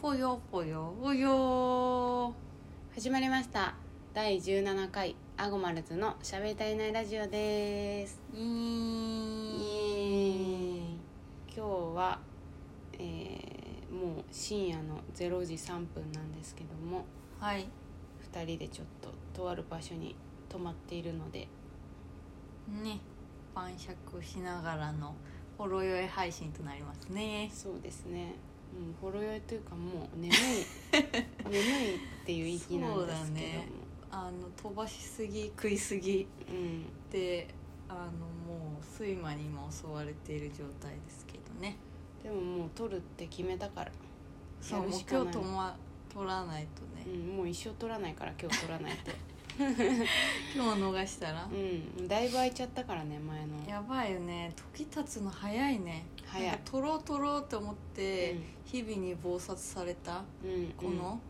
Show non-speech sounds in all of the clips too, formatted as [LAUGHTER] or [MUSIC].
ぽよぽよぽよ始まりました第17回アゴマルズの喋りたいないラジオですイイエーーイ今日は、えーもう深夜の0時3分なんですけどもはい2人でちょっととある場所に泊まっているのでね晩酌しながらのほろ酔い配信となりますねそうですねうんほろ酔いというかもう [LAUGHS] 眠い眠いっていう域なんですけどもあの飛ばしすぎ食いすぎう,、んであのもう睡魔に今襲われている状態ですけどねでももう取るって決めたから、そうやもるうしか今な日いとま取らないとね、うん、もう一生取らないから今日取らないと今日逃したら、うんだいぶ空いちゃったからね前のやばいよね時経つの早いね早いなんか取ろう取ろうと思って、うん日々に暴殺されたうんこの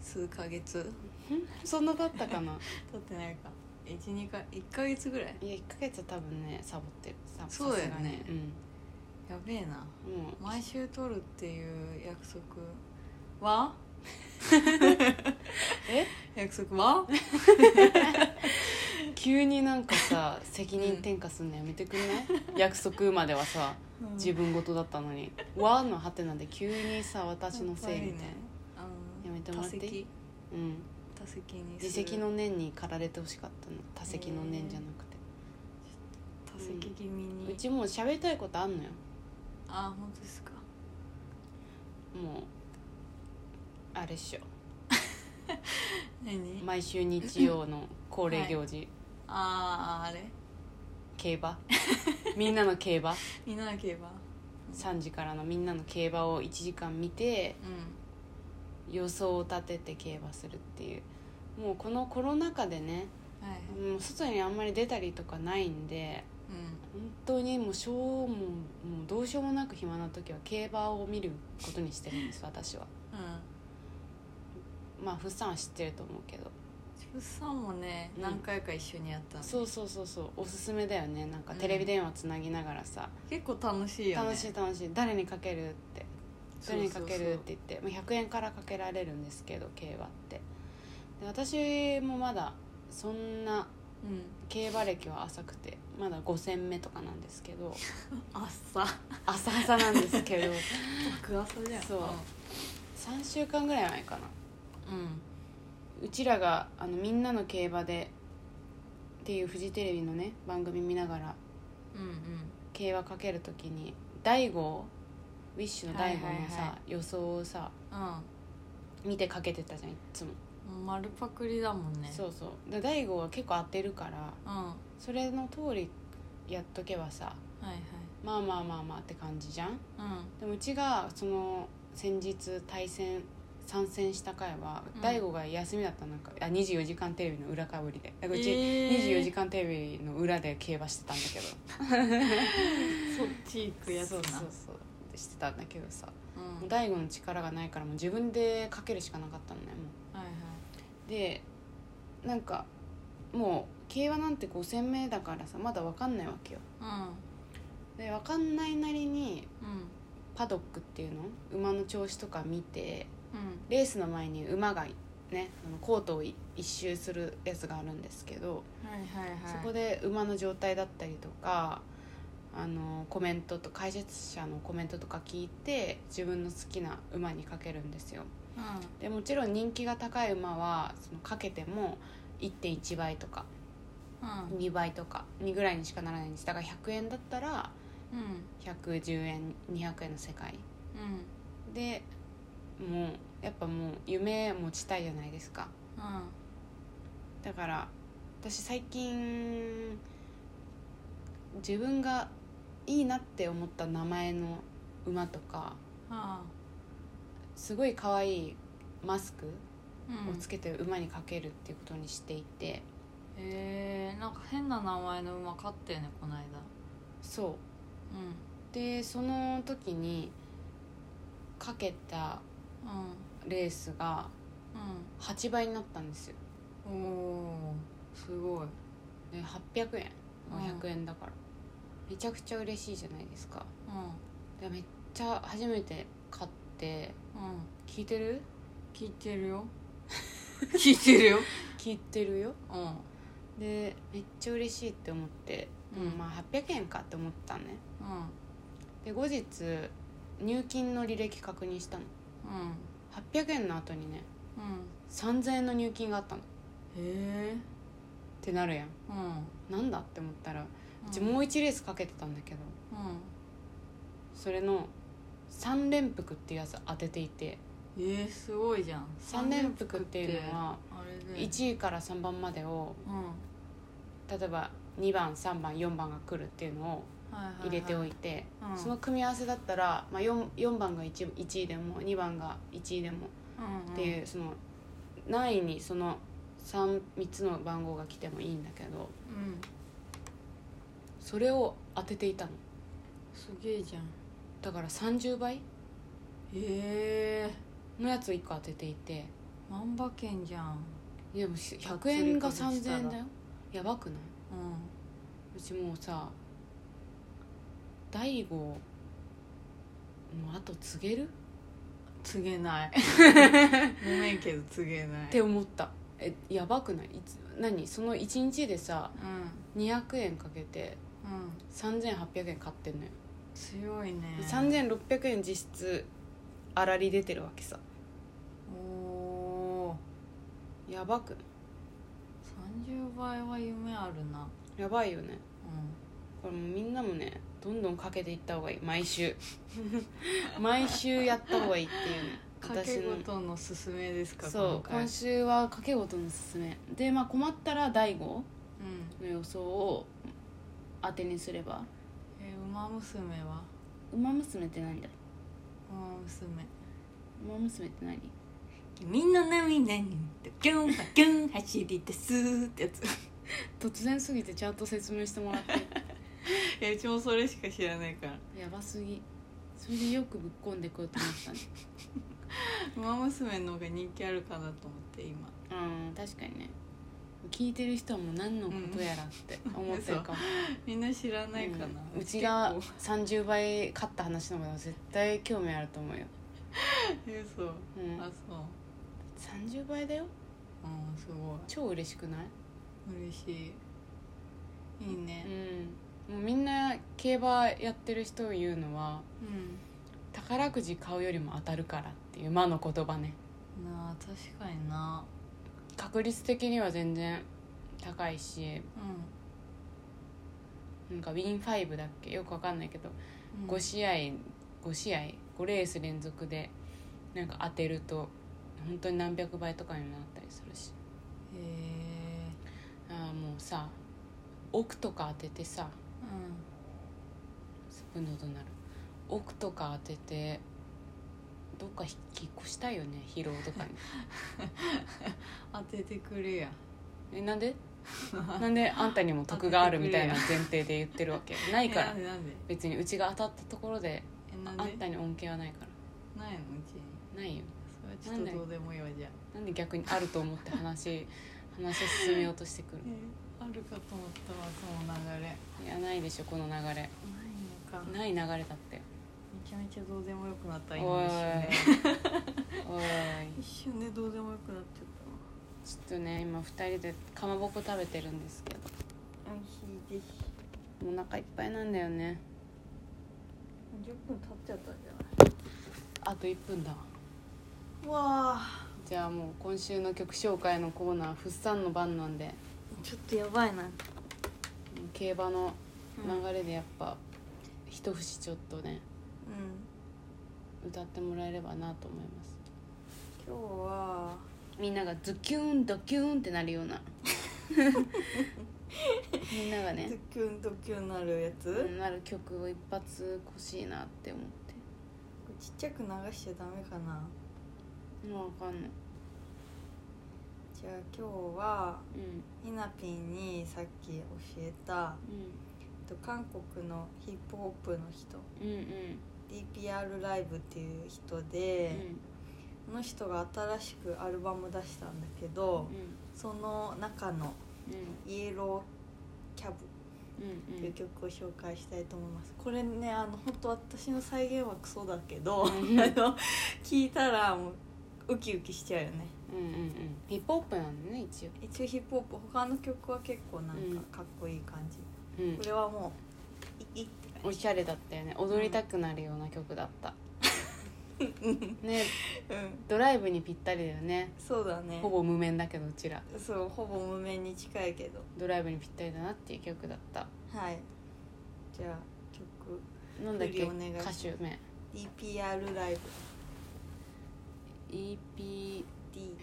数ヶ月、うんそんなだったかな取ってないか12か1ヶ月ぐらいいや1ヶ月は多分ねサボってるさそうだよねさすがにやべえなうんもう毎週取るっていう約束はえ約束 [LAUGHS] は急になんかさ責任転嫁すんのやめてくんない、 [LAUGHS] 約束まではさ自分事だったのに「わ」のハテナで急にさ私のせいやっぱりみたいな、ねあのやめてもらっていい多責うん多責にする自責の念に駆られてほしかったの多責の念じゃなくて、多責気味に、うちもう喋りたいことあんのよあ本当ですかもうあれっしょ何、毎週日曜の恒例行事、あああれ競 [LAUGHS] 馬みんなの競馬見なければ3時からのみんなの競馬を1時間見てう予想を立てて競馬するっていうもうこのコロナ禍でんねはいもう外にあんまり出たりとかないんでう本当にもうしょうももうどうしようもなく暇な時は競馬を見ることにしてるんです私はんうんまあフッサンは知ってると思うけど出産もねうん何回か一緒にやったんでそうそうそうそうおすすめだよねなんかテレビ電話つなぎながらさ、結構楽しいよね楽しい楽しい誰にかけるって誰にかけるって言ってまあ100円からかけられるんですけど競馬ってで私もまだそんなうん競馬歴は浅くてまだ5戦目とかなんですけど [LAUGHS] 朝浅々なんですけど僕朝じゃんそう3週間ぐらい前かなうんうちらがあのみんなの競馬でっていうフジテレビのね番組見ながらうんうん競馬かける時に大悟ウィッシュの大悟のはさ、いはいは予想をさう見てかけてたじゃんいっつも、ん丸パクリだもんねそうそうで大悟は結構当てるからうんはそれの通りやっとけばさいはいまあまあまあまあって感じじゃんうんでもうちがその先日対戦参戦した回はうん大悟が休みだったなんかあ24時間テレビの裏かぶりでだからうち、えー24時間テレビの裏で競馬してたんだけどそっち行くやつそうそうなそうしてたんだけどさうんもう大悟の力がないからもう自分でかけるしかなかったのねもはいはいうでなんかもう競馬なんて5戦目だからさまだ分かんないわけようで分かんないなりにんうんパドックっていうの馬の調子とか見てうんレースの前に馬がねあのコートをい一周するやつがあるんですけど、はいはいはいそこで馬の状態だったりとかあのコメントと解説者のコメントとか聞いて自分の好きな馬にかけるんですようんでもちろん人気が高い馬はそのかけても1.1倍とかうん2倍とか2ぐらいにしかならないんですだから100円だったらうん110円200円の世界うんでもうやっぱもう夢持ちたいじゃないですかうんだから私最近自分がいいなって思った名前の馬とかあすごい可愛いマスクーうんをつけて馬にかけるっていうことにしていて、えー、なんか変な名前の馬飼ったよねこの間そううんでその時にかけたうレースが8倍になったんですよんうんおおすごいで800円うん500円だから、めちゃくちゃ嬉しいじゃないですかうんでめっちゃ初めて買っってうん聞いてる聞いてるよ聞いてるよ聞いてるようんうんでめっちゃ嬉しいって思って、うんでもまあ800円かって思ってたのねで後日入金の履歴確認したのうん800円の後にねうん3000円の入金があったのっへえてなるやんうんなんだって思ったらうちうんもう1レースかけてたんだけどそれの3連複っていうやつ当てていてえー、すごいじゃん3連複っていうのはあれで1位から3番までをうんは例えば2番3番4番が来るっていうのをはは入れておいてて、うんその組み合わせだったら、まあ、4, 4番が 1, 1位でも2番が1位でもっていう、その何位にその 3, 3つの番号が来てもいいんだけどうん、うん、それを当てていたのすげえじゃんだから30倍ええのやつを1個当てていて万馬券じゃんでもし100円が3000円だよやばくないうんうちもうさ大悟のあと告げる告げないごめんけど告げないって思ったえやばくないいつ何その1日でさうん200円かけてうん3800円買ってんのよ、強いね3600円実質あらり出てるわけさおーやばくない30倍は夢あるなやばいよねうこれもうみんなもねどんどんかけていった方がいい毎 [LAUGHS] 週毎週やった方がいいっていうねん掛け事のすすめですかそう今回今週は掛け事のすすめでまあ困ったら大悟うんの予想を当てにすればえー、ウマ娘は「ウマ娘」って何だウマ娘「ウマ娘」って何君の涙にギュンギュン走り出すってやつ突然すぎてちゃんと説明してもらって [LAUGHS] いやうちもそれしか知らないからやばすぎそれでよくぶっこんでこようと思っ [LAUGHS] たねウマ娘の方が人気あるかなと思って今うん確かにね聞いてる人はもう何のことやらって思ってるかも、みんな知らないかな、うんうちが結構30倍勝った話の方が絶対興味あると思うよ、えそううん、あそう30倍だようんすご超嬉しくないい嬉しいいいねうんもうみんな競馬やってる人を言うのはうん宝くじ買うよりも当たるからっていう魔の言葉ねなあ確かにな確率的には全然高いしうなんかウィンファイブだっけよくわかんないけど、ん、うん、 5試合5試合5レース連続でなんか当てると本当に何百倍とかにもなったりするしへえああもうさ億とか当ててさうんすごい喉なる億とか当ててどっか引引っ越したいよね疲労とかに当ててくれやえなん [LAUGHS] でなんであんたにも得があるみたいな当前提で言ってるわけないかえならんでなんで別にうちが当たったところでえなあんんでたに恩恵はないからないのうちにないよそれはちょっとどうでもいいわじゃあ、なんで逆にあると思って話 [LAUGHS] 話を進めようとしてくるあるかと思ったわその流れないいやないでしょこの流れのかめない流れだってちゃめちゃどうでもよくなったお今い一瞬ねおい一瞬でどうでもよくなっちゃったわちょっとね今2人でかまぼこ食べてるんですけどおいしいですお腹いっぱいなんだよね10分経っちゃったんじゃないあと1分だわうわあじゃあもう今週の曲紹介のコーナーふっさんの番なんでちょっとやばいな競馬のうん、流れでやっぱ一節ちょっとね歌ってもらえればなと思います今日はみんながズキューンドキューンってなるようなみんながねズキュンドキュンなるやつ、うんなる曲を一発欲しいなって思ってちっちゃく流しちゃダメかなもうわかんないじゃあ今日はうんひなぴんにさっき教えたうえっと韓国のヒップホップの人んうん DPR ライブっていう人うんうで、んこの人が新しくアルバム出したんだけど、うんその中の「イエローキャブ」うんとういうん曲を紹介したいと思います。これねあの本当私の再現はクソだけど、う [LAUGHS] んあの聞いたらもうウキウキしちゃうよね。うんうんうんヒップホップなんだね一応一応ヒップホップ他の曲は結構なんうんかかっこいい感じ。うんこれはもういいって感おしゃれだったよね踊りたくなるような曲だった、ねじ。うんドライブにぴったりだよねそうだねほ。ぼ無面だけどうちらそうほぼ無名に近いけど。ドライブにぴったりだなっていう曲だったはい。じゃあ曲なんだっ振りけお願い歌手名 DPR ライブ EP D。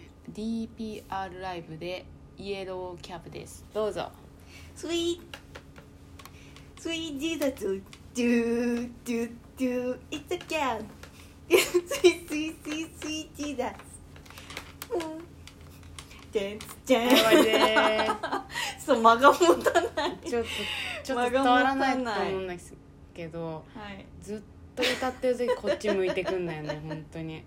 DPR ライブでイエローキャブですどうぞスイースイージーザツドゥードゥードゥーイッツキャンスイスイスイスイジーザスうんジェンツジェンツそう間が持たない [LAUGHS] ちょっとちょっと伝わらないと思うんですけどはいずっと歌ってる時こっち向いてくんだよね本当に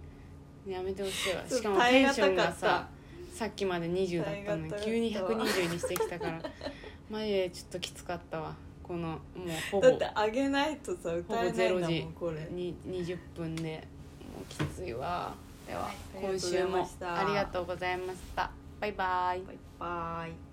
やめてほしいわしかもテンションがささっきまで20だったのに急に120にしてきたからマジでちょっときつかったわこのもうほぼだって上げないとさ歌えないんだほぼゼロも時んこれに20分でもうきついわでははい今週もあありりががととうございましたバイバイバイバイ